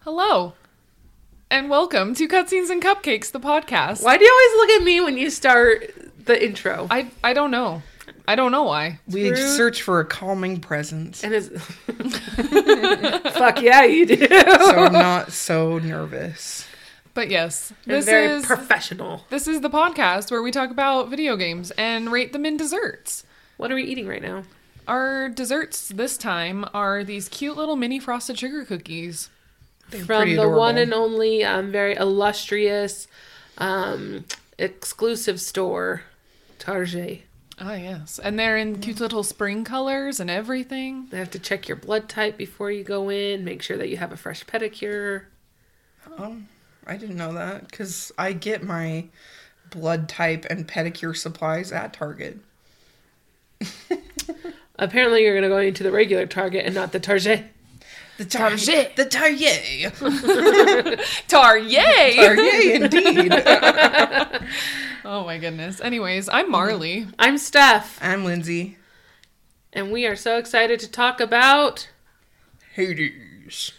Hello. And welcome to Cutscenes and Cupcakes, the podcast. Why do you always look at me when you start the intro? I I don't know. I don't know why. We Rude. search for a calming presence, and it's fuck yeah, you do. so I'm not so nervous. But yes, You're this very is professional. this is the podcast where we talk about video games and rate them in desserts. What are we eating right now? Our desserts this time are these cute little mini frosted sugar cookies. From pretty the one and adorable. only, um, very illustrious, um, exclusive store, Target. Ah, yes. And they're in Mm. cute little spring colors and everything. They have to check your blood type before you go in. Make sure that you have a fresh pedicure. Um, I didn't know that because I get my blood type and pedicure supplies at Target. Apparently, you're gonna go into the regular Target and not the Target. The tar- Target. the Target, Tar, yay! Target indeed. Oh my goodness. Anyways, Mm. I'm Marley. I'm Steph, I'm Lindsay. and we are so excited to talk about. Hades,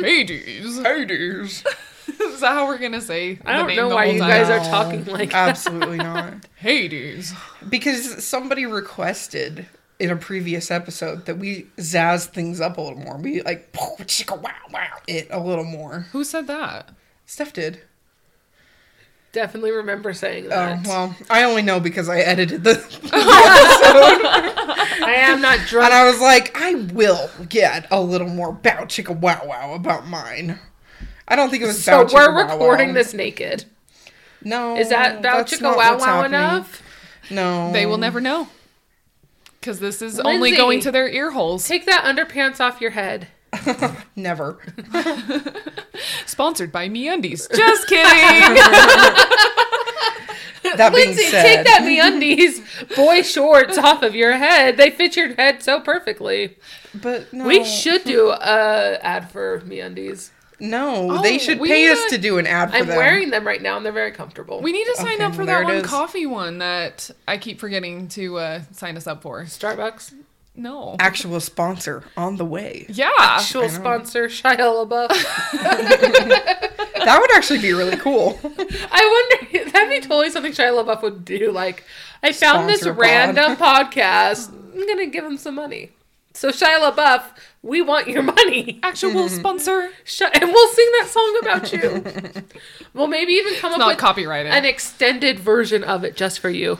Hades. Hades. Is that how we're gonna say? I the don't name know the why whole you time? guys are talking like that. absolutely not. Hades. Because somebody requested in a previous episode that we zazz things up a little more. We like chicka wow wow it a little more. Who said that? Steph did. Definitely remember saying Oh that. well, I only know because I edited the, I am not and drunk. I was like, I will get a little more bow chicka wow wow about mine. I don't think it was. So bow, we're chicka, wow, recording wow. this naked. No, Is that Bow Oh, that's Chicka not Wow what's Wow happening. enough? No, They will never know. Because this is only Lindsay. going to their ear holes. Take that underpants off your head. never. Sponsored by MeUndies. Just kidding. That being Lindsay, said, take that MeUndies boy shorts off of your head. They fit your head so perfectly. But no, We should do a ad for MeUndies. No, Oh, they should we pay need us to- to do an ad for I'm them. wearing them right now and they're very comfortable. we need to sign Okay, up for there that it one is. coffee one that I keep forgetting to uh, sign us up for. Starbucks. No. actual sponsor on the way. Yeah. Actual sponsor Shia LaBeouf. That would actually be really cool. I wonder that'd be totally something Shia LaBeouf would do. Like, I found this Sponsor pod. random podcast. I'm gonna give him some money. So Shia LaBeouf, we want your money, Actual Mm-hmm. sponsor. Sh- and we'll sing that song about you. we'll maybe even come It's up not with copyrighted. an extended version of it just for you.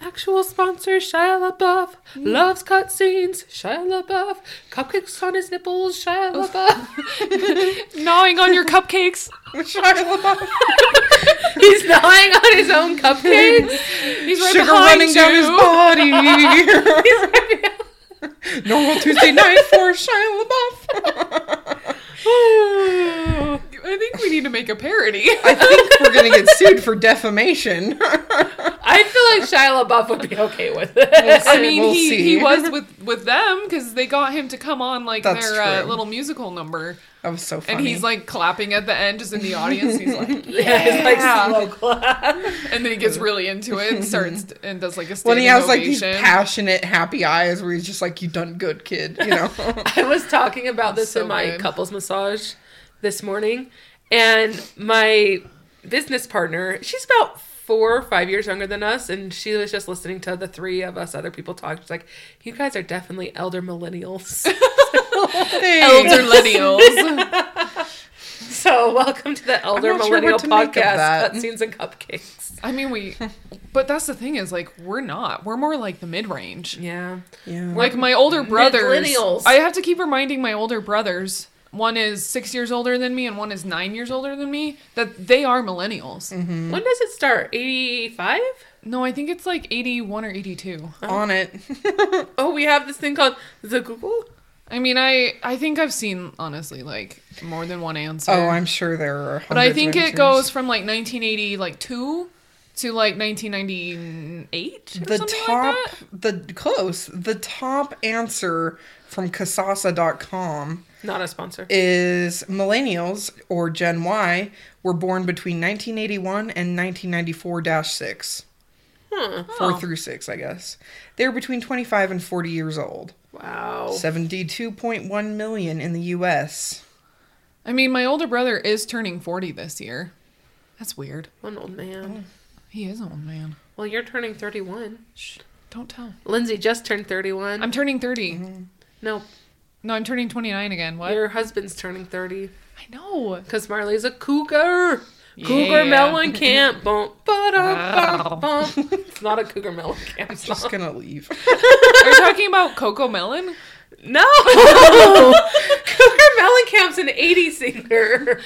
Actual sponsor Shia LaBeouf loves cutscenes. Shia LaBeouf cupcakes on his nipples. Shia LaBeouf. Gnawing on your cupcakes. He's gnawing on his own cupcakes. He's right Sugar behind running you. down his body. Normal Tuesday night for Shia LaBeouf. I think we need to make a parody. I think we're gonna get sued for defamation. I feel like Shia LaBeouf would be okay with it. I mean, We'll he, see. he was with with them because they got him to come on like That's their uh, true. little musical number, that was so and funny. he's like clapping at the end, just in the audience. and he's like, Yeah, it's like Yeah. slow clap. and then he gets really into it, and starts and does like a Uh, when standing he has like these ovation. passionate, happy eyes, where he's just like, "You done good, kid," you know. I was talking about this so in my good. couples massage this morning, and my business partner, she's about four or five years younger than us, and she was just listening to the three of us other people talk. She's like, "You guys are definitely elder millennials." Hey, Elder millennials. so, welcome to the Elder not sure what Millennial to make of Podcast: that. Cutscenes and Cupcakes. I mean, we. But that's the thing is like we're not. We're more like the mid range. Yeah, Yeah. Like my older brothers. Millennials. I have to keep reminding my older brothers. One is six years older than me, and one is nine years older than me. That they are millennials. Mm-hmm. when does it start? Eighty-five. No, I think it's like eighty-one or eighty-two. on it. Oh, we have this thing called the Google. I mean, I I think I've seen honestly like more than one answer. oh, I'm sure there are. but I hundreds of think it answers. goes from like 1980 like 2 to like 1998 or the something top like that. the close the top answer from casasa.com Not a sponsor. is millennials or gen y were born between 1981 and 1994-6 Huh. 4 Oh. through 6 i guess they were between 25 and 40 years old Wow. 72.1 million in the us I mean, my older brother is turning 40 this year. That's weird. One old man. He is an old man. Well, you're turning 31. Shh, don't tell. Lindsay just turned 31. I'm turning 30. no, No, I'm turning 29 again. What? your husband's turning 30 I know. because Marley's a cougar. Yeah. Cougar Mellencamp. Bump, ba-dum, bump, bump. It's not a Cougar Mellencamp song. Just gonna leave. Are you talking about Coco Melon? No! Cougar Mellencamp's an 80 singer.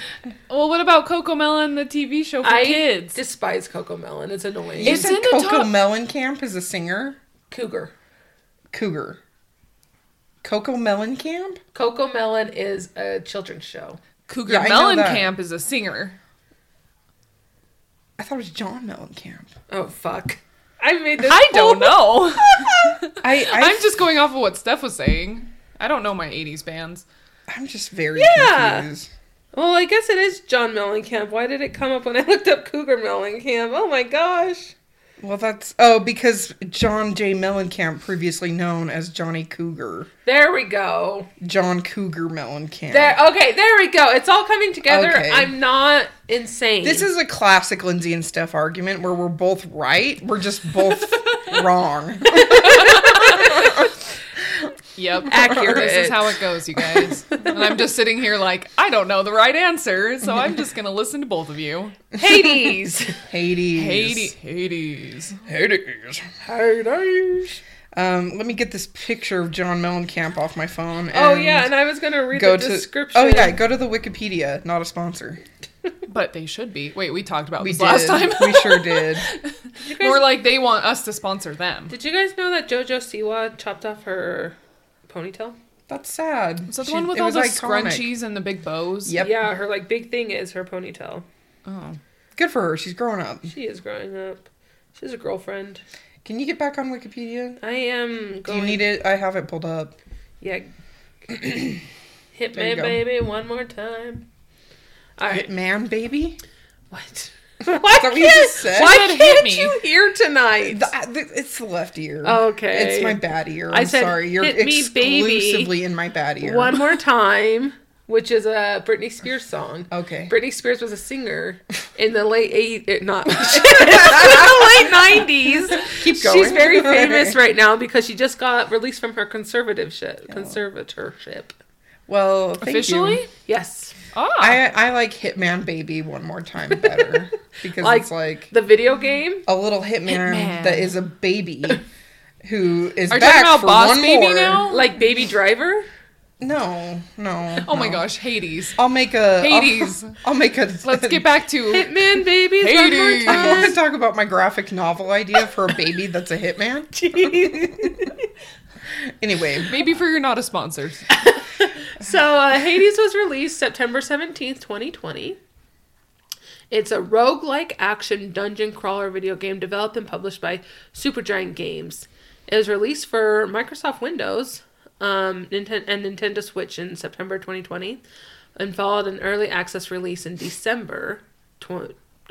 Well, what about Coco Melon, the TV show for I kids? despise Coco Melon. It's annoying. You It's said in the Coco top- Mellencamp is a singer. cougar. Cougar. Coco Mellencamp. Coco Melon is a children's show. Cougar Yeah, I know Melon that. Camp is a singer. I thought it was John Mellencamp. Oh, fuck. I made this. I don't know. I, I I'm just going off of what Steph was saying. I don't know my 80s bands. I'm just very Yeah. confused. Well, I guess it is John Mellencamp. Why did it come up when I looked up Cougar Mellencamp? Oh my gosh. Well, that's oh because John J. Mellencamp, previously known as Johnny Cougar, There we go. John Cougar Mellencamp. There. Okay, there we go. It's all coming together. Okay. I'm not insane. this is a classic Lindsay and Steph argument where we're both right. We're just both wrong. Yep. Accurate. This is how it goes, you guys. and I'm just sitting here like, I don't know the right answer, so I'm just going to listen to both of you. Hades. Hades. Hades. Hades. Hades. Hades. Um, let me get this picture of John Mellencamp off my phone. Oh yeah, and I was gonna read go the to description. Oh yeah, go to the Wikipedia. Not a sponsor. But they should be. Wait, we talked about We this Oh, did. last time. we sure did. Did you, guys, More like they want us to sponsor them. did you guys know that JoJo Siwa chopped off her ponytail? That's sad. Is that the She- one with it all was the iconic. scrunchies and the big bows? Yep. Yeah, her like big thing is her ponytail. Oh. Good for her. She's growing up. She is growing up. She's a girlfriend. Can you get back on Wikipedia? I am Do going. you need it? I have it pulled up. Yeah. Hit There me, you go. baby, one more time. All right. Man, baby. What? Why what you just said? Why said hit can't me. you hear tonight? The- I- the- it's the left ear. Okay. It's my bad ear. I'm I said, sorry. You're "Hit me, baby." exclusively in my bad ear. One more time, which is a Britney Spears song. Okay. Britney Spears was a singer in the late eight, eh, not in the late nineties. Keep going. She's very famous right now because she just got released from her conservative ship, conservatorship. Well, thank you. Officially? Yes, Ah. I I like Hitman Baby one more time better because Like- it's like the video game. a little hitman, Hitman. that is a baby who is Are you back talking about for Boss one Baby more. now? Like Baby Driver, No, no. oh my no. gosh, Hades. I'll make a I'll- Hades. I'll, make a. Let's get back to Hitman Baby, one more Hades. I time. want to talk about my graphic novel idea for a baby that's a hitman. Anyway, maybe for your not a sponsor. So uh, Hades was released September 17th, 2020. It's a roguelike action dungeon crawler video game developed and published by Supergiant Games. It was released for Microsoft Windows um, Ninten- and Nintendo Switch in September 2020 and followed an early access release in December tw-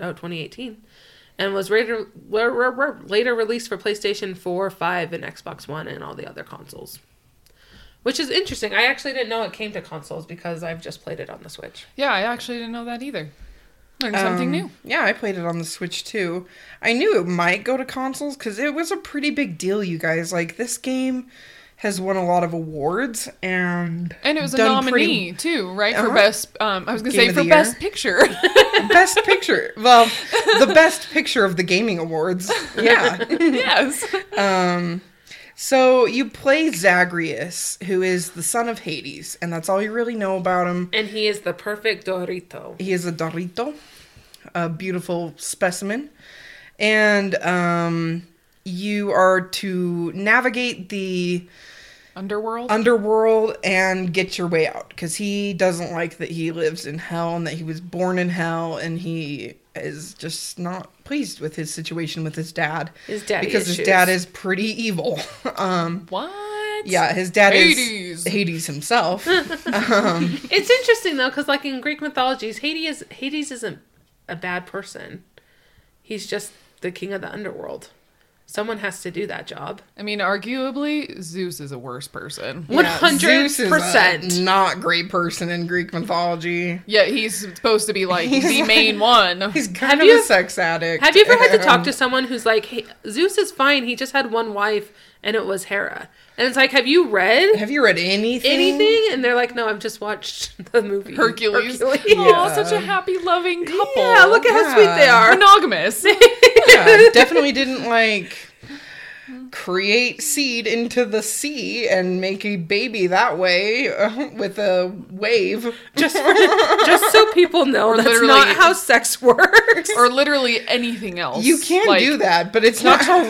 oh, 2018 and was later, wer- wer- wer- later released for PlayStation 4, 5, and Xbox One and all the other consoles. Which is interesting. I actually didn't know it came to consoles because I've just played it on the Switch. Yeah, I actually didn't know that either. Learned um, something new. Yeah, I played it on the Switch too. I knew it might go to consoles because it was a pretty big deal, you guys. Like this game has won a lot of awards and And it was a done nominee pretty- too, right? Uh-huh. For best, um, I was gonna Game say of for the year. best picture. best picture. Well, the best picture of the gaming awards. Yeah. yes. Um, so you play Zagreus, who is the son of Hades, and that's all you really know about him. And he is the perfect Dorito. He is a Dorito, a beautiful specimen. And um, you are to navigate the Uh, Underworld. underworld and get your way out because he doesn't like that he lives in hell and that he was born in hell and he is just not pleased with his situation with his dad His daddy because his issues. dad is pretty evil um what? yeah his dad Hades. is hades himself It's interesting though, because like in Greek mythologies, Hades Hades isn't a bad person. He's just the king of the underworld. Someone has to do that job. I mean, arguably, Zeus is a worse person. One Yeah, hundred Zeus is a percent. Not great person in Greek mythology. Yeah, he's supposed to be like the main one. He's kind Have of you- a sex addict. Have you ever had to talk and- to someone who's like, hey, Zeus is fine. He just had one wife, and it was Hera. And it's like, have you read Have you read anything? anything? And they're like, no, I've just watched the movie Hercules. Hercules. Aw, such a happy, loving couple. Yeah, look at how sweet they Yeah. are. monogamous. Yeah, definitely didn't like create seed into the sea and make a baby that way uh, with a wave. just just so people know that's literally- not how sex works. or literally anything else. You can like, do that, but it's not how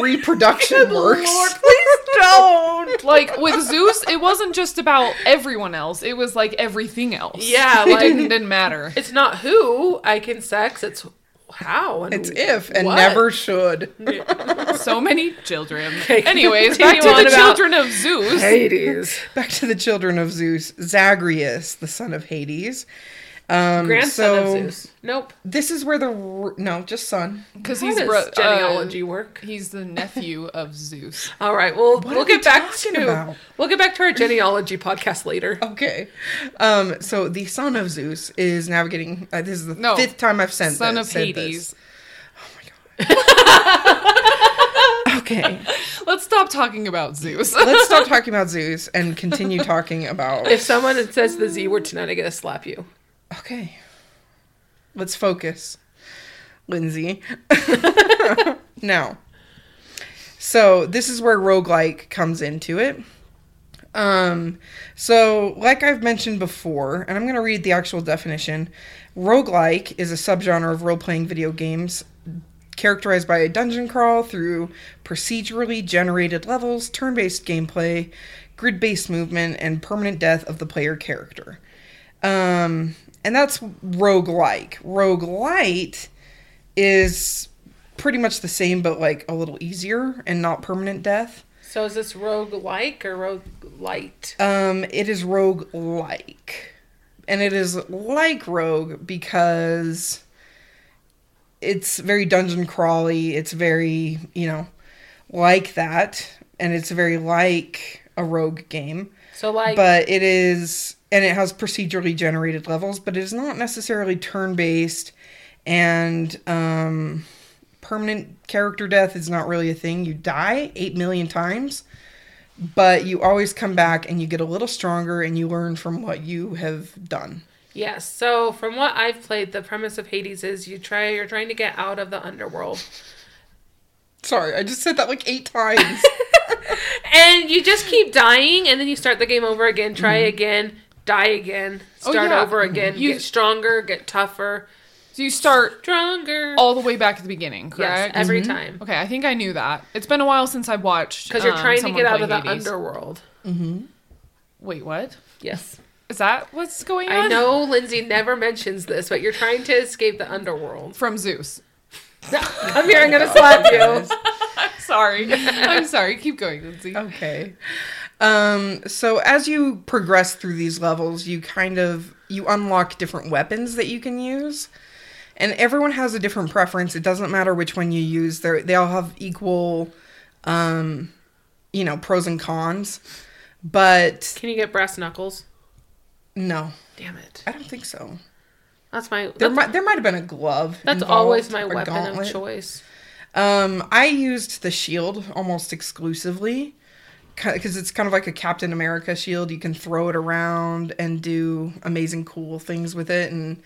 reproduction works. Lord, please don't. Like with Zeus, it wasn't just about everyone else; it was like everything else. Yeah, like it like didn't matter. it's not who I can sex. It's how and It's if and what. never should. So many children. Okay, Anyways, back continue to on the about- children of Zeus. Hades Back to the children of Zeus, Zagreus, the son of Hades. Um, grandson so of Zeus. Nope, This is where the r- no, just son. Because how he's does bro- genealogy uh, work? he's the nephew of Zeus. All right, well are we'll we get back talking to about? Oh. we'll get back to our genealogy podcast later. Okay. Um, so the son of Zeus is navigating. Uh, this is the No. fifth time I've sent Son this- of said this. Hades. Okay. Let's stop talking about Zeus. Let's stop talking about Zeus and continue talking about. If someone says the Z word tonight, I'm gonna slap you. Okay. Let's focus, Lindsay. now, so this is where roguelike comes into it. Um, so, like I've mentioned before, and I'm going to read the actual definition roguelike is a subgenre of role playing video games characterized by a dungeon crawl through procedurally generated levels, turn based gameplay, grid based movement, and permanent death of the player character. Um, and that's roguelike. Roguelite is pretty much the same, but like a little easier and not permanent death. So is this rogue like or rogue light? Um, it is rogue like, and it is like rogue because it's very dungeon crawly. It's very you know like that, and it's very like a rogue game. So like but it is and it has procedurally generated levels but it is not necessarily turn based and um permanent character death is not really a thing you die 8 million times but you always come back and you get a little stronger and you learn from what you have done Yes. So from what I've played, the premise of Hades is you try you're trying to get out of the underworld. sorry i just said that like 8 times And you just keep dying and then you start the game over again, try again, die again, Oh, start yeah. over again, You- get stronger, get tougher, So you start stronger. all the way back at the beginning, yes, correct? every time. okay, Oh, I think I knew that. It's been a while since I watched Because you're um, trying to someone get out play of the Hades. underworld. Wait, what? Yes. Is that what's going on? I know Lindsay never mentions this, but you're trying to escape the underworld. "Oh, from Zeus. Come here, I'm gonna slap you. Sorry, I'm sorry. Keep going, Lindsay. okay um so as you progress through these levels you kind of you unlock different weapons that you can use and everyone has a different preference it doesn't matter which one you use they they all have equal um you know pros and cons but Can you get brass knuckles? no Damn it. i don't think so That's my there that's, might there might have been a glove that's involved, always my or weapon gauntlet. of choice. Um, I used the shield almost exclusively because it's kind of like a Captain America shield. You can throw it around and do amazing, cool things with it, and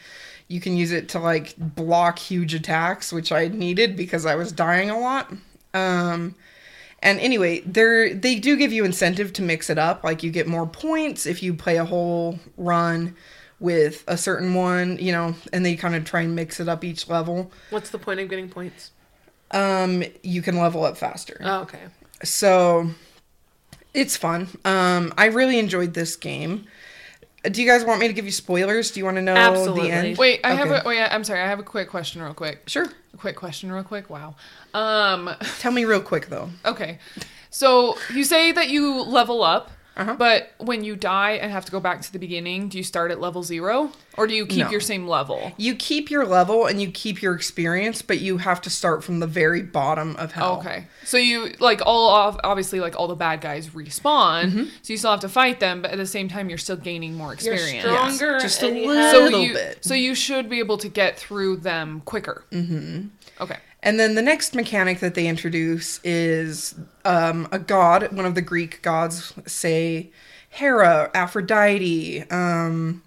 you can use it to like block huge attacks, which I needed because I was dying a lot. Um, and anyway, they they do give you incentive to mix it up. Like you get more points if you play a whole run with a certain one, you know, and they kind of try and mix it up each level. What's the point of getting points? Um, you can level up faster. Oh, okay. So it's fun. Um, I really enjoyed this game. Do you guys want me to give you spoilers? Do you want to know Absolutely. the end? Wait, I Okay. have a wait. I'm sorry. I have a quick question, real quick. Sure. A quick question, real quick. Wow. Um. Tell me real quick though. Okay. So you say that you level up. Uh-huh. But when you die and have to go back to the beginning, do you start at level zero or do you keep No. your same level? You keep your level and you keep your experience, but you have to start from the very bottom of hell. Okay, so you like all of obviously like all the bad guys respawn, Mm-hmm. so you still have to fight them, but at the same time you're still gaining more You're experience. stronger. Yes, just a and you little- have- So Little you bit. so you should be able to get through them quicker. Mm-hmm. Okay. And then the next mechanic that they introduce is um, a god, one of the Greek gods, say Hera, Aphrodite, um,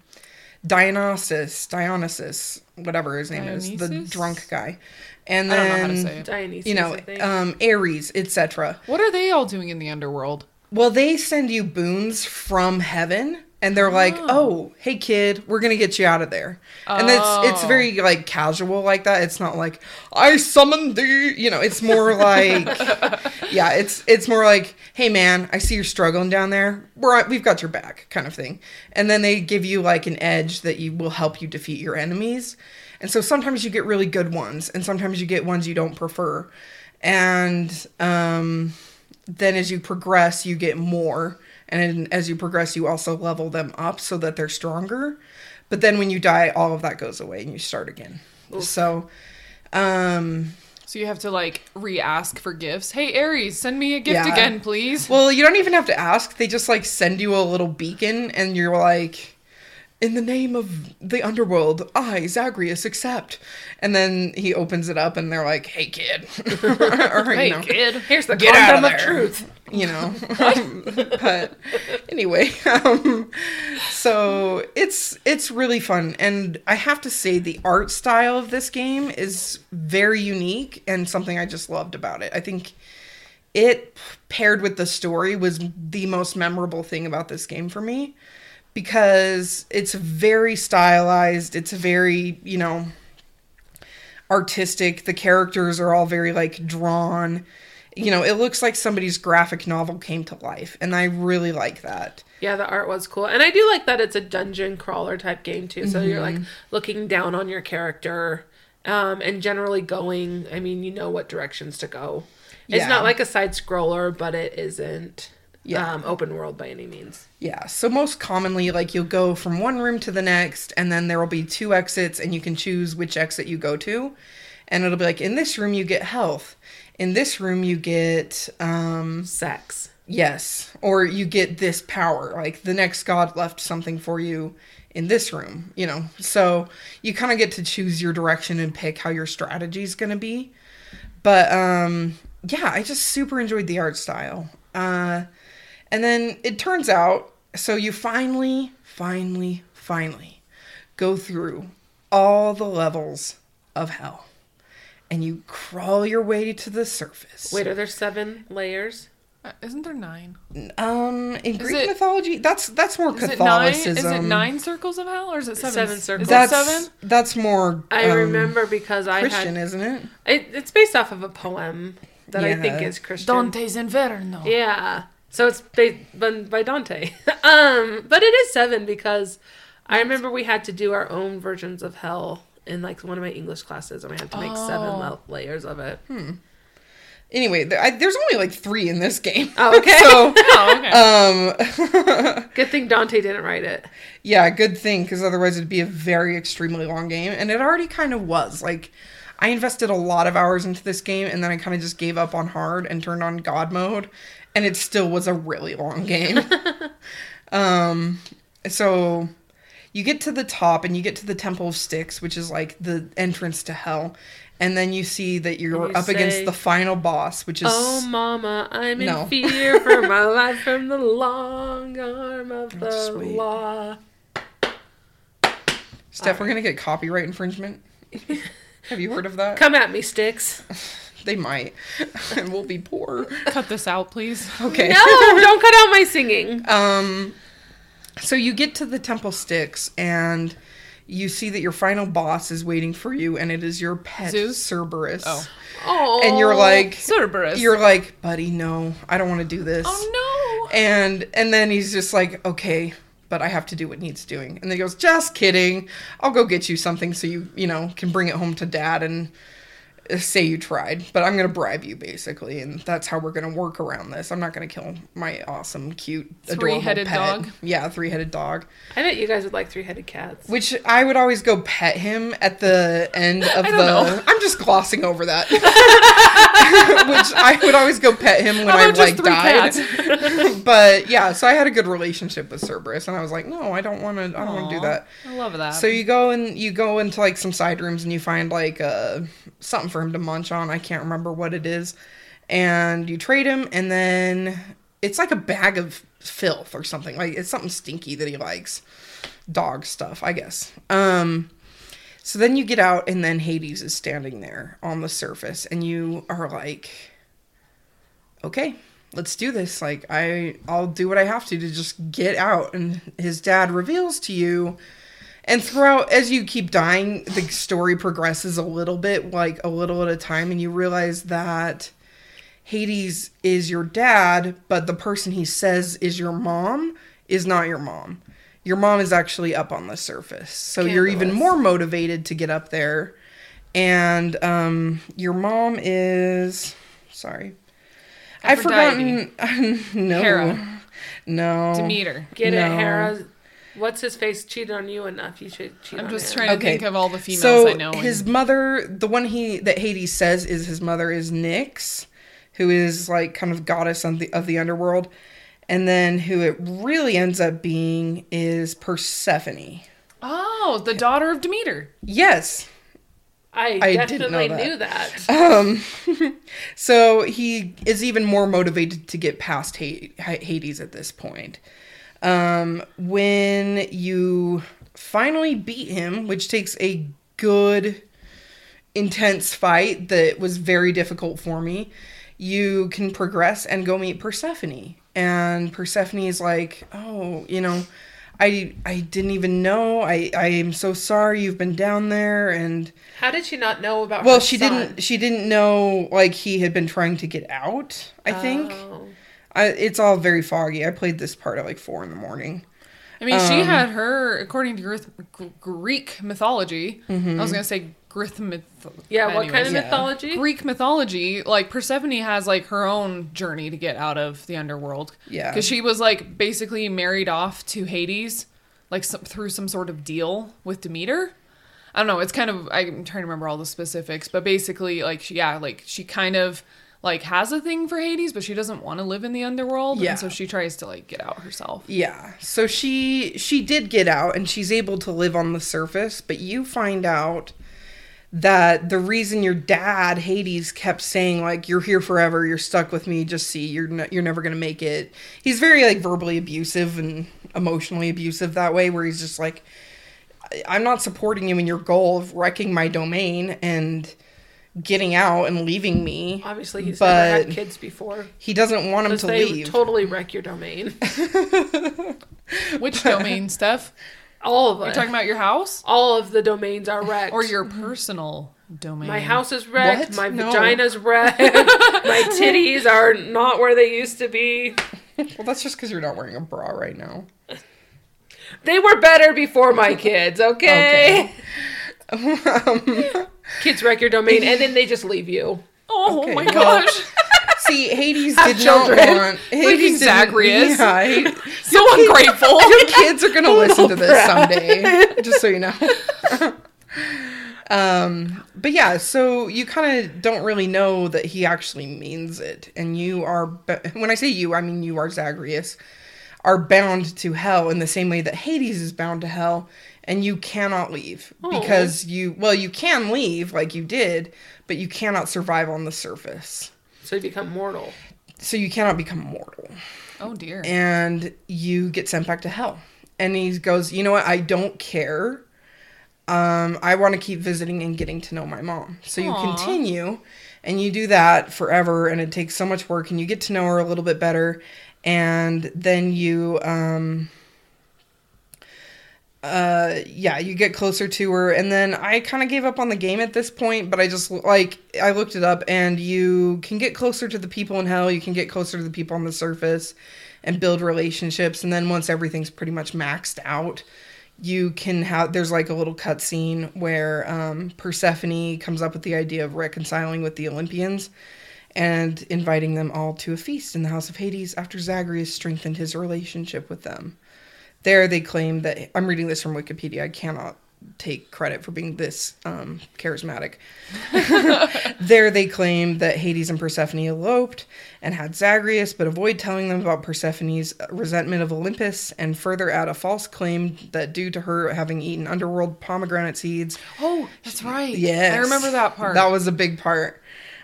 Dionysus, Dionysus, whatever his name is, the Dionysus? drunk guy. And I then, don't know how to say it. Dionysus, you know, I think. um, Ares, etc. What are they all doing in the underworld? Well, they send you boons from heaven, and they're like, "Oh, hey kid, we're gonna get you out of there." And it's it's Oh. very like casual like that. It's not like I summoned thee. You know, it's more like yeah, it's it's more like, "Hey man, I see you're struggling down there. We're we've got your back," kind of thing. And then they give you like an edge that you will help you defeat your enemies. And so sometimes you get really good ones, and sometimes you get ones you don't prefer. And um then as you progress you get more and as you progress you also level them up so that they're stronger but then when you die all of that goes away and you start again so um So you have to like re-ask for gifts. Hey Aries, send me a gift Yeah. again, please. well you don't even have to ask they just like send you a little beacon and you're like in the name of the underworld i zagreus accept and then he opens it up and they're like hey kid or, hey you know, kid. Here's the Get out condom of of there. truth. you know. but anyway, um, so it's it's really fun, and I have to say the art style of this game is very unique and something I just loved about it. I think it paired with the story was the most memorable thing about this game for me because it's very stylized. It's very you know artistic. The characters are all very like drawn. You know, it looks like somebody's graphic novel came to life, and I really like that. Yeah, the art was cool. And I do like that it's a dungeon crawler type game too. So you're like Mm-hmm. looking down on your character um, and generally going, I mean, you know what directions to go. Yeah. It's not like a side scroller, but it isn't Yeah. um, open world by any means. Yeah, so most commonly, like you'll go from one room to the next, and then there will be two exits, and you can choose which exit you go to. And it'll be like, in this room, you get health. In this room, you get, um, Sex. yes, or you get this power. Like the next god left something for you in this room, you know? So you kind of get to choose your direction and pick how your strategy is going to be. But um yeah, I just super enjoyed the art style. Uh and then it turns out so you finally finally finally go through all the levels of hell. And you crawl your way to the surface. Wait, are there seven layers? Uh, Isn't there nine? Um in Greek it- mythology, that's that's more Is it nine? Catholicism. Is it nine circles of hell or is it seven? Seven circles. Is it That's seven? that's more I um, remember because I Christian, had. isn't it? It, it's based off of a poem that I think Yeah. is Christian. Dante's Inferno. Yeah. So it's ba- by, by Dante. um, but it is seven because I remember we had to do our own versions of hell in like one of my English classes, and I had to make seven Oh. la- layers of it. Anyway, there, I, there's only like three in this game. Oh, okay. so, Oh, okay. um, Good thing Dante didn't write it. yeah, good thing because otherwise it'd be a very extremely long game, and it already kind of was. Like, I invested a lot of hours into this game, and then I kind of just gave up on hard and turned on God mode, and it still was a really long game. um, so you get to the top, and you get to the Temple of Styx, which is like the entrance to hell, and then you see that you're you up against say, the final boss, which is Oh, mama, I'm in No. fear for my life from the long arm of the That's sweet. law. Steph, we're gonna get copyright infringement. Have you heard of that? Come at me, sticks. They might. and we'll be poor. Cut this out, please. Okay. No, don't cut out my singing. Um so you get to the temple sticks and you see that your final boss is waiting for you and it is your pet Zeus? Cerberus. Oh. Oh, And you're like Cerberus. you're like, buddy, no, I don't want to do this. Oh no. And and then he's just like, okay, but I have to do what needs doing. And then he goes, just kidding. I'll go get you something so you you know can bring it home to dad and say you tried, but I'm gonna bribe you basically, and that's how we're gonna work around this. I'm not gonna kill my awesome, cute, adorable Three-headed pet. dog? Yeah, three-headed dog. I bet you guys would like three headed cats. Which I would always go pet him at the end of I don't the. know. I'm just glossing over that. Which I would always go pet him when How I about just like three died. cats? but yeah, so I had a good relationship with Cerberus, and I was like, no, I don't want to. I don't want to do Aw, that. I love that. So you go and you go into like some side rooms and you find like uh, something for him to munch on. I can't remember what it is, and you trade him, and then it's like a bag of filth or something. Like it's something stinky that he likes, dog stuff, I guess. Um, so then you get out, and then Hades is standing there on the surface, and you are like, okay. Let's do this. Like I I'll do what I have to to just get out and his dad reveals to you and throughout, as you keep dying, the story progresses a little bit, like a little at a time, and you realize that Hades is your dad, but the person he says is your mom is not your mom. Your mom is actually up on the surface. So you're even Scandalous. more motivated to get up there. And um, your mom is. Sorry. I've Aphrodite. forgotten. no. Hera. No. Demeter. Get it, No. Hera? What's his face cheated on you enough? You should cheat I'm on just him. trying to Okay. think of all the females so I know. and- his mother, the one he that Hades says is his mother is Nyx, who is like kind of goddess of the of the underworld, and then who it really ends up being is Persephone. oh, the daughter of Demeter. Yes. I, I didn't know definitely that. knew that. Um. so he is even more motivated to get past Ha- Ha- Hades at this point. Um. When you finally beat him, which takes a good intense fight that was very difficult for me, you can progress and go meet Persephone. And Persephone is like, "Oh, you know, I I didn't even know. I I am so sorry you've been down there and How did she not know about? well, her she son? didn't she didn't know like he had been trying to get out, I think. Oh. I, it's all very foggy. I played this part at like 4 in the morning. I mean, she Um, had her, according to Grith, G- Greek mythology, Mm-hmm. I was going to say Grith myth. Yeah. What kind anyways. of yeah. mythology? Greek mythology, like Persephone has like her own journey to get out of the underworld. Yeah. Because she was like basically married off to Hades, like some, through some sort of deal with Demeter. I don't know. It's kind of, I'm trying to remember all the specifics, but basically, like, she, yeah, like she kind of like has a thing for Hades, but she doesn't want to live in the underworld. Yeah. And so she tries to like get out herself. Yeah. So she she did get out and she's able to live on the surface, but you find out that the reason your dad Hades kept saying like you're here forever, you're stuck with me, just see you're ne- you're never going to make it. He's very like verbally abusive and emotionally abusive that way where he's just like "I- I'm not supporting you in your goal of wrecking my domain and getting out and leaving me. Obviously, he's never But- had kids before. He doesn't want him Because to they leave. totally wreck your domain. Which domain, Steph? All of Are you it. talking about your house All of the domains are wrecked. or your personal domain? My house is wrecked. What? My No. vagina's wrecked. my titties are not where they used to be. well, that's just cuz you're not wearing a bra right now. They were better before my kids, okay? Um, Kids wreck your domain and then they just leave you. Oh Okay, my well, gosh. see, Hades Have did not children. want Freaking Hades didn't- Zagreus. Yeah, he- so ungrateful. your kids are gonna listen to this brat. someday, just so you know. um, but yeah, so you kind of don't really know that he actually means it, and you are. Be- when I say you, I mean you are Zagreus, are bound to hell in the same way that Hades is bound to hell, and you cannot leave because you. Well, you can leave like you did, but you cannot survive on the surface. So you become mortal. So you cannot become mortal Oh dear. and you get sent back to hell. And he goes, you know what? I don't care. Um, I want to keep visiting and getting to know my mom. So you Aw. continue, and you do that forever, and it takes so much work, and you get to know her a little bit better, and then you, um, uh, yeah, you get closer to her, and then I kind of gave up on the game at this point, but I just like I looked it up, and you can get closer to the people in hell, you can get closer to the people on the surface, and build relationships, and then once everything's pretty much maxed out, you can have there's like a little cutscene where um, Persephone comes up with the idea of reconciling with the Olympians and inviting them all to a feast in the house of Hades after Zagreus strengthened his relationship with them. There they claim that I'm reading this from Wikipedia. I cannot take credit for being this um, charismatic. there they claim that Hades and Persephone eloped and had Zagreus, but avoid telling them about Persephone's resentment of Olympus and further add a false claim that due to her having eaten underworld pomegranate seeds. Oh, that's right. Yes. I remember that part. That was a big part.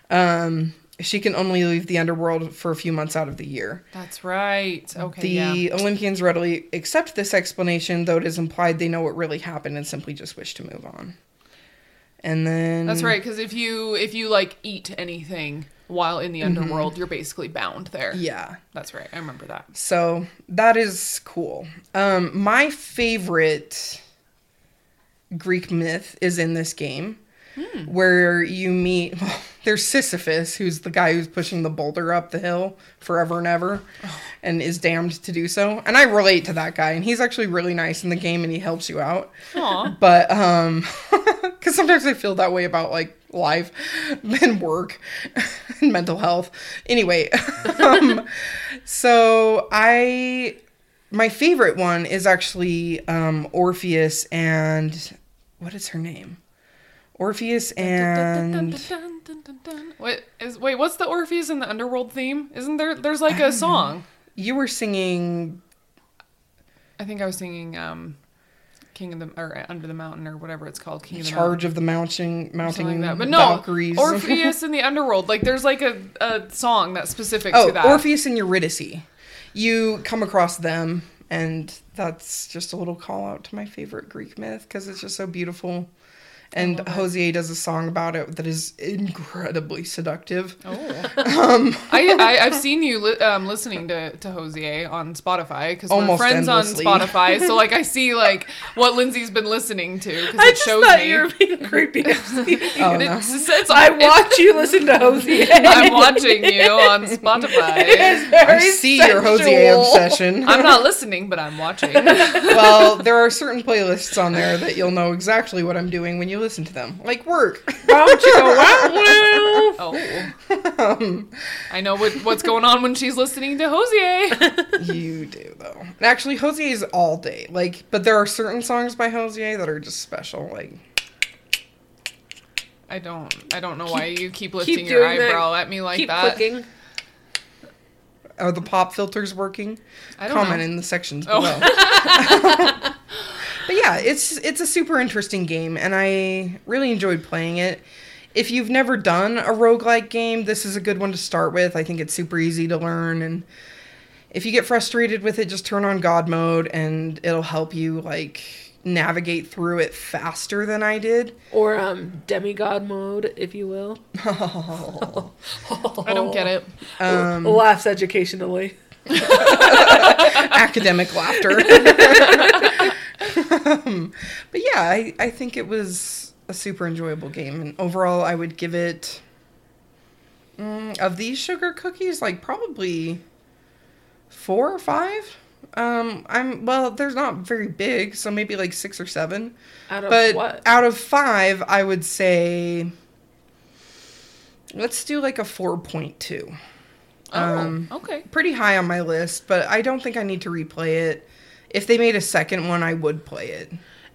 Um, she can only leave the underworld for a few months out of the year. that's right. Okay. The yeah. Olympians readily accept this explanation, though it is implied they know what really happened and simply just wish to move on. And then That's right. Because if you if you like eat anything while in the underworld, you're basically bound there. Mm-hmm. Yeah. That's right. I remember that. So that is cool. Um, my favorite Greek myth is in this game, Hmm. where you meet. Well, there's Sisyphus, who's the guy who's pushing the boulder up the hill forever and ever, Oh. and is damned to do so. And I relate to that guy, and he's actually really nice in the game, and he helps you out. Aw. But um, because sometimes I feel that way about like life and work and mental health. Anyway, um, so I my favorite one is actually um Orpheus and what is her name? Orpheus and Wait, is, wait, what's the Orpheus and the Underworld theme? Isn't there? There's like a song. you were singing I think I was singing um, King of the or uh, Under the Mountain or whatever it's called. King of the Mountain. Charge of the Mounting Mounting Something like that. But no, Valkyries. Orpheus in the Underworld. Like there's like a, a song that's specific oh, to that. Orpheus and Eurydice. You come across them, and that's just a little call out to my favorite Greek myth because it's just so beautiful. And Hosier does a song about it that is incredibly seductive. Um, Oh. I, I I've seen you li- um, listening to to Hosier on Spotify because we're Almost friends endlessly. on Spotify. So like I see like what Lindsay's been listening to because it I just shows thought me. you were being creepy. Oh, no. It's, it's- I watch you listen to Hosier. I'm watching you on Spotify. It's very I see your Hosier sensual. obsession. I'm not listening, but I'm watching. well, there are certain playlists on there that you'll know exactly what I'm doing when you listen to them, like work. Why don't you go wow, wow? Oh, um, I know what what's going on when she's listening to Hosier. you do though. And actually, Hosier is all day. Like, but there are certain songs by Hosier that are just special. Like, I don't I don't know why you keep lifting keep your doing that. eyebrow at me like Keep that. clicking. are the pop filters working? I don't comment know. in the sections Oh. below. but yeah, it's it's a super interesting game and I really enjoyed playing it. If you've never done a roguelike game, this is a good one to start with. I think it's super easy to learn and if you get frustrated with it, just turn on god mode and it'll help you like navigate through it faster than I did. Or um, demigod mode, if you will. I don't get it. Um, Laughs educationally. academic laughter. Um, but yeah, I, I think it was a super enjoyable game. And overall, I would give it, mm, of these sugar cookies, like probably four or five. Um, I'm, well, they're not very big, so maybe like six or seven. Out of But what? out of five, I would say, let's do like a 4.2 Oh, Um, okay. pretty high on my list, but I don't think I need to replay it. If they made a second one, I would play it.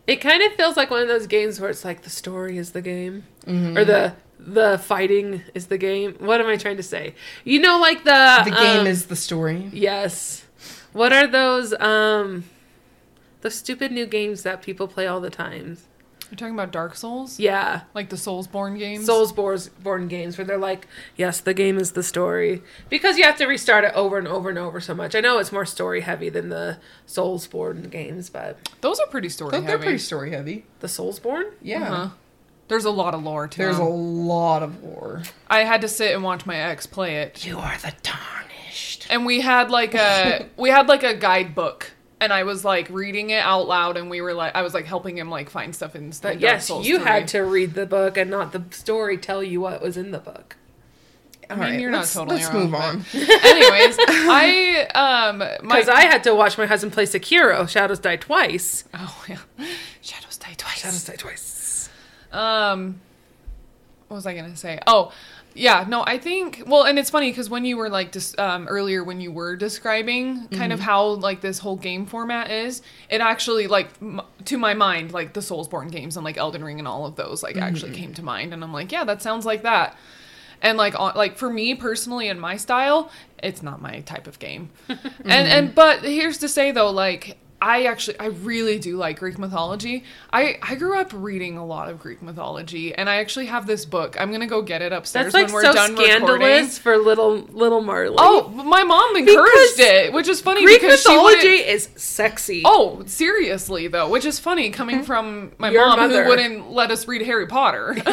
It kind of feels like one of those games where it's like the story is the game, Mm-hmm. or the the fighting is the game. What am I trying to say? You know, like the Uh-uh. The game um, is the story. yes. What are those um those stupid new games that people play all the time? You're talking about Dark Souls, Yeah, like the Soulsborne games. Soulsborne games where they're like, yes, the game is the story because you have to restart it over and over and over so much. I know it's more story heavy than the Soulsborne games, but Those are pretty story But heavy. they're pretty story heavy. the Soulsborne. Yeah. Uh-huh. There's a lot of lore to There's a them. lot of lore. I had to sit and watch my ex play it. You are the tarnished. and we had like a we had like a guidebook and i was like reading it out loud and we were like i was like helping him like find stuff in the But Dark yes, Souls you three. had to read the book and not the story tell you what was in the book. I All mean, right, you're not let's- totally Let's wrong, move but- on. Anyways, I um my Because I had to watch my husband play Sekiro, Shadows Die Twice. oh yeah, shadows die twice. Shadows Die Twice. Um, what was I gonna say? Oh, yeah, no, I think. Well, and it's funny because when you were like dis- um, earlier when you were describing kind of how like this whole game format is, it actually like m- to my mind like the Soulsborne games and like Elden Ring and all of those like actually came to mind, and I'm like, yeah, that sounds like that. And like on, like for me personally and my style, it's not my type of game. Mm-hmm. And and but here's to say though, like I actually I really do like Greek mythology. I I grew up reading a lot of Greek mythology, and I actually have this book. I'm gonna go get it upstairs That's like when we're so done scandalous recording. for little little Marley. Oh, my mom Because encouraged it, which is funny Greek because mythology she wouldn't. is sexy. Oh, seriously though, which is funny coming from my Mm-hmm. Your mom mother. who wouldn't let us read Harry Potter.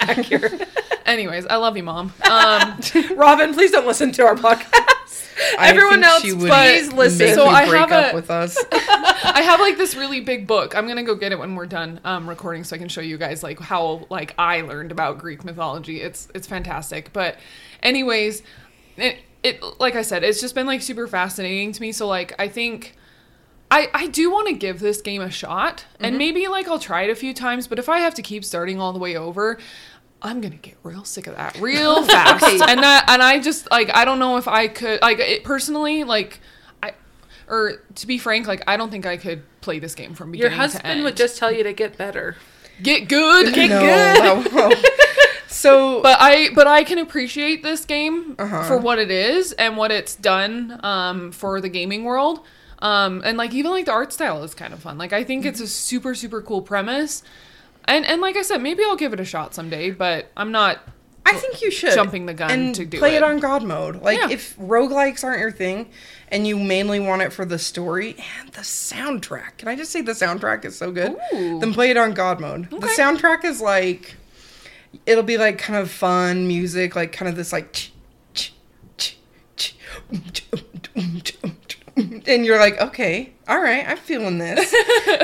accurate. Anyways, I love you, mom. Um, Robin, please don't listen to our podcast. I Everyone think else, she would please make listen. So you I break have up a- with us. I have like this really big book. I'm gonna go get it when we're done um, recording, so I can show you guys like how like I learned about Greek mythology. It's it's fantastic. But anyways, it it like I said, it's just been like super fascinating to me. So like I think. I, I do want to give this game a shot Mm-hmm. and maybe like I'll try it a few times, but if I have to keep starting all the way over, I'm gonna get real sick of that real fast. And that and I just like I don't know if I could like it personally like I or to be frank like I don't think I could play this game from Your beginning to end. husband would just tell you to get better. get good. no, that won't. So but I but I can appreciate this game Uh-huh. for what it is and what it's done um, for the gaming world. Um, and like even like the art style is kind of fun. Like I think it's a super super cool premise. And and like I said, maybe I'll give it a shot someday. But I'm not. I think you should jumping the gun and to do play it. it. on God mode. Like Yeah. if roguelikes aren't your thing and you mainly want it for the story and the soundtrack. Can I just say the soundtrack is so good? Ooh. Then play it on God mode. The soundtrack is like it'll be like kind of fun music, like kind of this like ch- ch- ch- ch- um, ch- um, ch- um, ch- um, and you're like, okay, all right, I'm feeling this.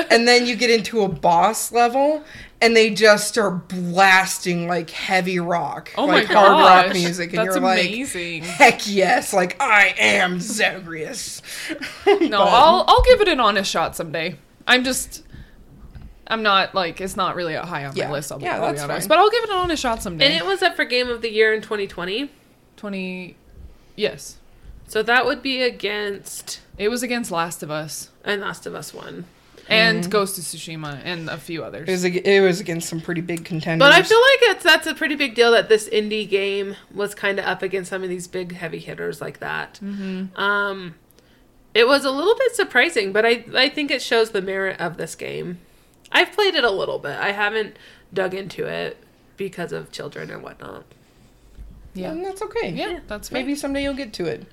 and then you get into a boss level and they just start blasting like heavy rock, Oh like my hard rock gosh, music, and that's you're like, amazing. heck yes, like I am Zagreus. No, I'll I'll give it an honest shot someday. I'm just. I'm not like it's not really up high on Yeah. my list. I'll be, Yeah, I'll be that's honest, but fine. I'll give it an honest shot someday. And it was up for Game of the Year in 2020. Twenty, yes, So that would be against it was against Last of Us. and Last of Us one. and Mm-hmm. Ghost of Tsushima and a few others. It was, ag- it was against some pretty big contenders. But I feel like it's that's a pretty big deal that this indie game was kind of up against some of these big heavy hitters like that. Um, it was a little bit surprising, but I I think it shows the merit of this game. I've played it a little bit. I haven't dug into it because of children and whatnot. yeah. and that's okay. Yeah, that's fine. Maybe someday you'll get to it.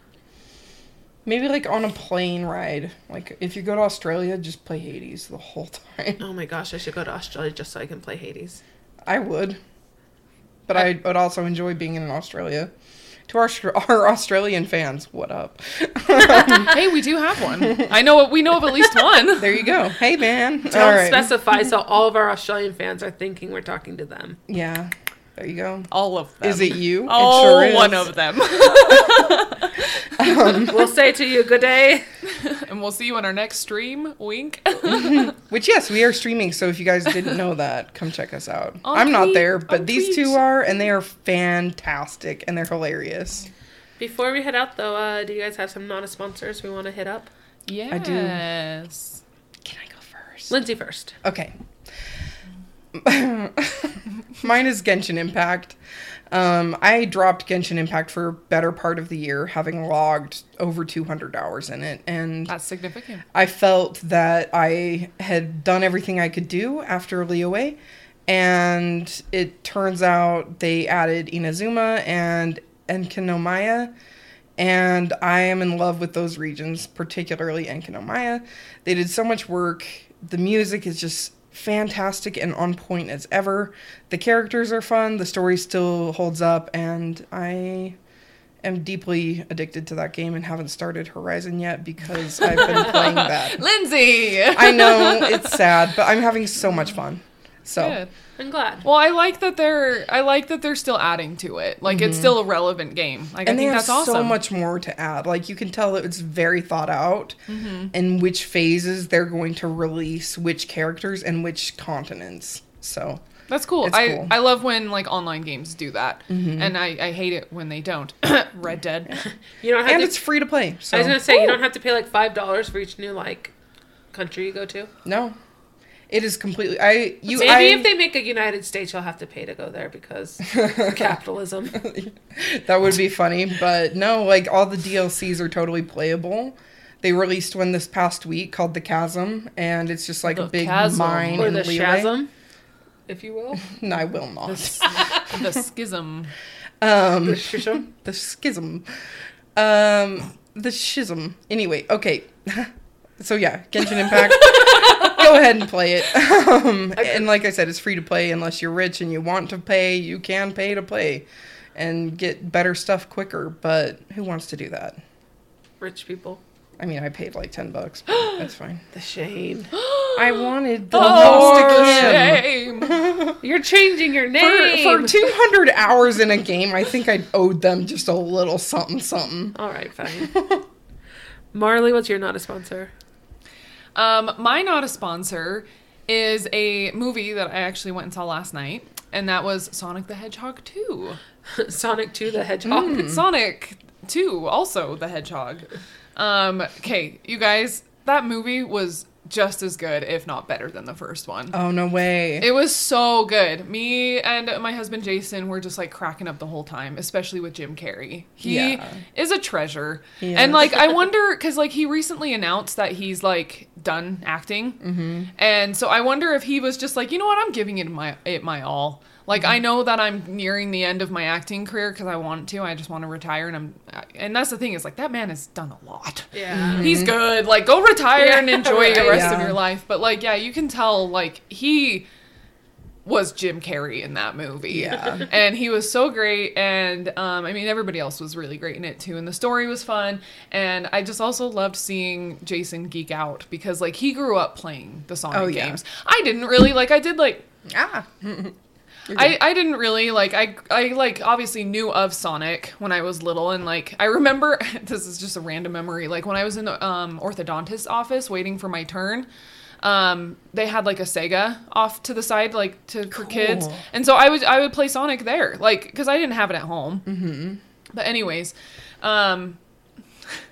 Maybe like on a plane ride. Like if you go to Australia, just play Hades the whole time. Oh my gosh, I should go to Australia just so I can play Hades. I would. But I, would also enjoy being in Australia. To our, our Australian fans, what up? hey, we do have one. I know we know of at least one. there you go. Hey, man. Don't All right. specify, so all of our Australian fans are thinking we're talking to them. yeah. There you go. All of them. Is it you? It All sure is. one of them. we'll say to you, good day. and we'll see you on our next stream. Wink. Which yes, we are streaming. So if you guys didn't know that, come check us out. On I'm not Twitch, there, but on these two Twitch. are, and they are fantastic, and they're hilarious. Before we head out, though, uh, do you guys have some non-sponsors we want to hit up? do. Yes. Can I go first? Lindsay first. Okay. Mine is Genshin Impact. Um, I dropped Genshin Impact for better part of the year, having logged over 200 hours in it, and That's significant. I felt that I had done everything I could do after Leeway, and it turns out they added Inazuma and Enkinomaya, and I am in love with those regions, particularly Enkinomaya. They did so much work. The music is just fantastic and on point as ever. The characters are fun, the story still holds up, and I am deeply addicted to that game and haven't started Horizon yet because I've been playing that. Lindsay. I know it's sad, but I'm having so much fun. So Good. I'm glad. Well, I like that they're I like that they're still adding to it. Like it's still a relevant game. Like I Mm-hmm. and they think have that's awesome. so much more to add. Like you can tell that it's very thought out, and which phases they're going to release, which characters, and which continents. So That's cool. It's I, cool. Mm-hmm. I love when like online games do that, and I, I hate it when they don't. Red Dead. You don't have and to. it's free to play. So I was gonna say you don't have to pay like five dollars for each new like country you go to. no, it is completely. I you Maybe I, if they make a United States, you'll have to pay to go there because capitalism. that would be funny, but no, like all the DLCs are totally playable. They released one this past week called The Chasm, and it's just like a The big Chasm. mine or and the leeway. shasm, if you will. No, I will not. the schism. Um, The shasm. the schism. Um, the schism. Anyway, okay. so yeah, Genshin Impact. Go ahead and play it. Um, and like I said, it's free to play unless you're rich and you want to pay. You can pay to play, and get better stuff quicker. But who wants to do that? Rich people. I mean, I paid like ten bucks. But that's fine. The shame. I wanted the Oh, most again. shame. You're changing your name. For, for 200 hours in a game, I think I owed them just a little something something. All right, fine. Marley, what's your not a sponsor? Um, my not a sponsor is a movie that I actually went and saw last night, and that was Sonic the Hedgehog 2. Sonic 2 the Hedgehog. Mm. Sonic 2, also the Hedgehog. Um, okay, you guys, that movie was just as good, if not better, than the first one. Oh, no way. It was so good. Me and my husband Jason were just like cracking up the whole time, especially with Jim Carrey. He Yeah. is a treasure. He And is. like I wonder cuz like he recently announced that he's like done acting. And so I wonder if he was just like, "You know what? I'm giving it my it my all." Like I know that I'm nearing the end of my acting career cuz I want to. I just want to retire and I'm and that's the thing is like that man has done a lot. Mm. Yeah. He's good. Like, go retire and Yeah, enjoy the right. rest of Mm-hmm. Yeah. your life. But like, yeah, you can tell like he was Jim Carrey in that movie. Yeah. and he was so great. And um, I mean, everybody else was really great in it too. And the story was fun. And I just also loved seeing Jason geek out because like he grew up playing the Sonic Oh, yeah. games. I didn't really like. I did like Ah. I, I didn't really like I I like obviously knew of Sonic when I was little and like I remember this is just a random memory like when I was in the um, orthodontist's office waiting for my turn um they had like a Sega off to the side like to for kids Cool. and so I would I would play Sonic there like because I didn't have it at home mm-hmm. but anyways um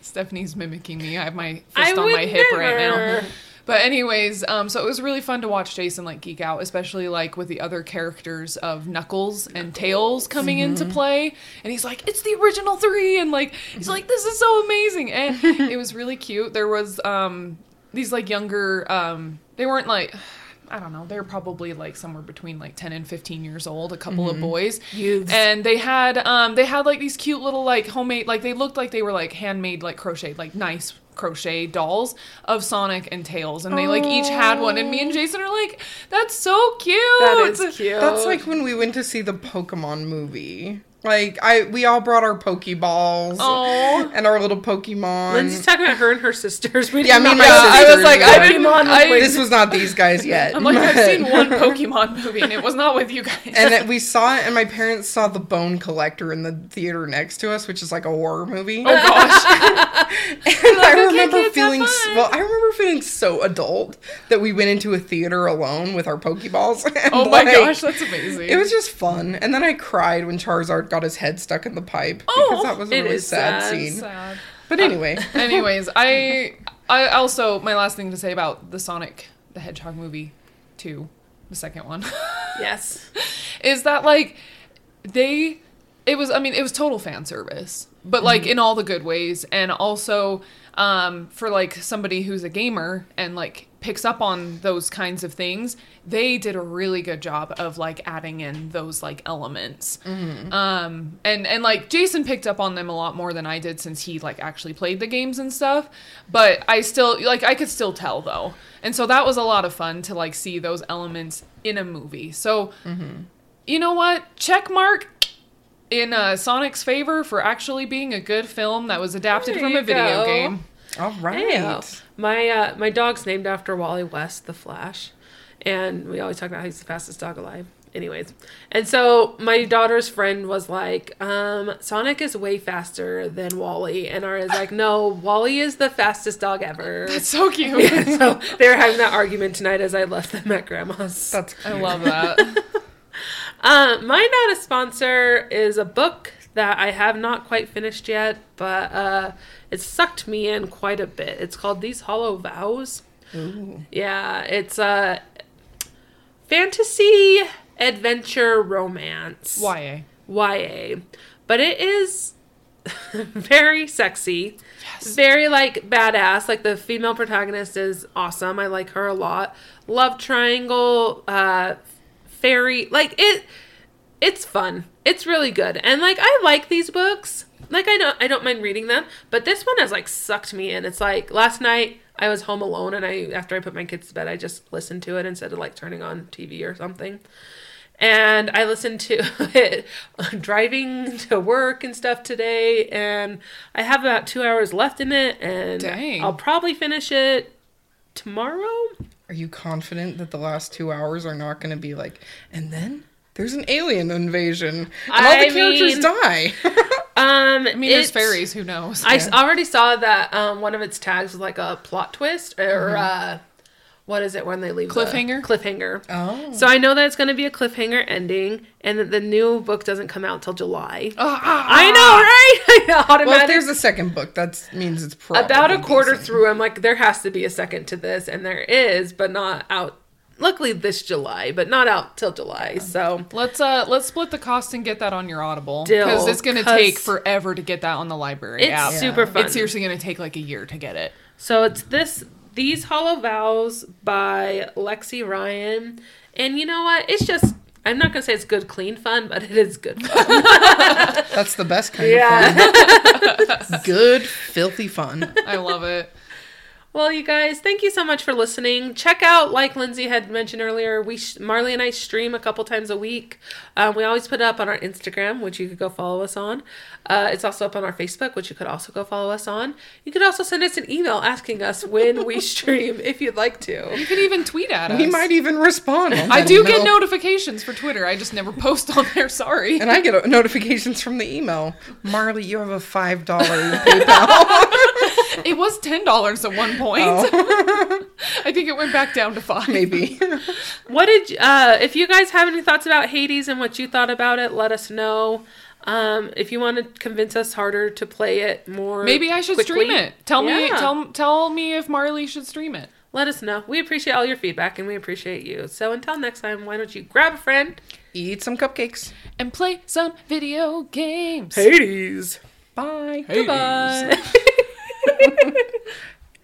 Stephanie's mimicking me I have my fist on my hip right now but anyways, um, so it was really fun to watch Jason like geek out, especially like with the other characters of Knuckles and Tails coming into play, and he's like, "It's the original three. and like he's like, "This is so amazing," and it was really cute. There was um, these like younger, um, they weren't like. I don't know. They're probably like somewhere between like 10 and 15 years old, a couple of boys. Youths. And they had um they had like these cute little like homemade like they looked like they were like handmade like crocheted like nice crochet dolls of Sonic and Tails and they like each had one and me and Jason are like that's so cute. That is cute. Oh, That's like when we went to see the Pokemon movie. Like I we all brought our Pokeballs Oh. and our little Pokemon. Lindsay's talking about her and her sisters. We did yeah, me not and my watch Yeah, I sisters was like, were I've been- Pokemon was I- way this was not these guys yet. I'm like I've but- seen one Pokemon movie and it was not with you guys. and then we saw it, and my parents saw the Bone Collector in the theater next to us, which is like a horror movie. oh gosh. And I Okay, remember kids, have feeling s- fun. well. I remember feeling so adult that we went into a theater alone with our Pokeballs. and, Oh my like, gosh, that's amazing. It was just fun. And then I cried when Charizard got his head stuck in the pipe. Oh, because that was a it really is sad, sad, scene. sad. Uh, But anyway. Anyways, I I also my last thing to say about the Sonic the Hedgehog movie 2, the second one. Yes. is that like they it was i mean it was total fan service but like in all the good ways and also um for like somebody who's a gamer and like picks up on those kinds of things they did a really good job of like adding in those like elements um and and like jason picked up on them a lot more than i did since he like actually played the games and stuff but i still like i could still tell though and so that was a lot of fun to like see those elements in a movie so you know what? Check mark in uh, Sonic's favor for actually being a good film that was adapted There from a you video go. game. All right. oh. Ew. My uh, my dog's named after Wally West, the Flash. And we always talk about how he's the fastest dog alive. Anyways, and so my daughter's friend was like, um, Sonic is way faster than Wally. And I was like, no, Wally is the fastest dog ever. That's so cute. so they were having that argument tonight as I left them at grandma's. That's I love that. Uh, my not a sponsor is a book that I have not quite finished yet, but uh, it sucked me in quite a bit. It's called These Hollow Vows. Yeah, it's a fantasy adventure romance. YA. YA. But it is very sexy. Very like badass. Like the female protagonist is awesome. I like her a lot. Love triangle, uh fairy like it it's fun. It's really good. And like I like these books. Like I don't I don't mind reading them, but this one has like sucked me in. It's like last night I was home alone and I after I put my kids to bed, I just listened to it instead of like turning on TV or something and I listened to it driving to work and stuff today. And I have about two hours left in it, and Dang. I'll probably finish it tomorrow. Are you confident that the last two hours are not going to be like, and then there's an alien invasion and all I the characters mean- die? Um, I mean, there's it's- fairies. Who knows? I s- already saw that um, one of its tags was like a plot twist or Mm-hmm. uh, what is it when they leave the- Cliffhanger? cliffhanger. oh. So I know that it's going to be a cliffhanger ending, and that the new book doesn't come out till July. Ah, ah, I know, right? Automatic. Oh. Well, if there's a second book, that means it's probably about a quarter decent. through i'm like there has to be a second to this and there is but not out luckily this july but not out till july so Let's uh let's split the cost and get that on your Audible Dill, because it's gonna 'cause- take forever to get that on the library it's app. super fun It's seriously gonna take like a year to get it. so it's this these hollow vows by lexi ryan and you know what it's just i'm not gonna say it's good clean fun but it is good fun That's the best kind of fun. Good, filthy fun. I love it. Well, you guys, thank you so much for listening. Check out, like Lindsay had mentioned earlier, we sh- Marley and I stream a couple times a week. Um, we always put it up on our Instagram, which you could go follow us on. Uh, it's also up on our Facebook, which you could also go follow us on. You could also send us an email asking us when we stream if you'd like to. You can even tweet at us. He might even respond. Oh, I do get no, notifications for Twitter. I just never post on there. Sorry. and I get uh, notifications from the email. Marley, you have a five dollar PayPal. It was ten dollars at one point. I think it went back down to five. Oh. Maybe. What did you- uh, if you guys have any thoughts about Hades and what you thought about it? Let us know. Um, if you want to convince us harder to play it more, Maybe I should stream quickly. it. Tell me, Yeah. tell tell me if Marley should stream it. let us know. We appreciate all your feedback and we appreciate you. So until next time, why don't you grab a friend? Eat some cupcakes. and play some video games. Hades. Bye. Goodbye.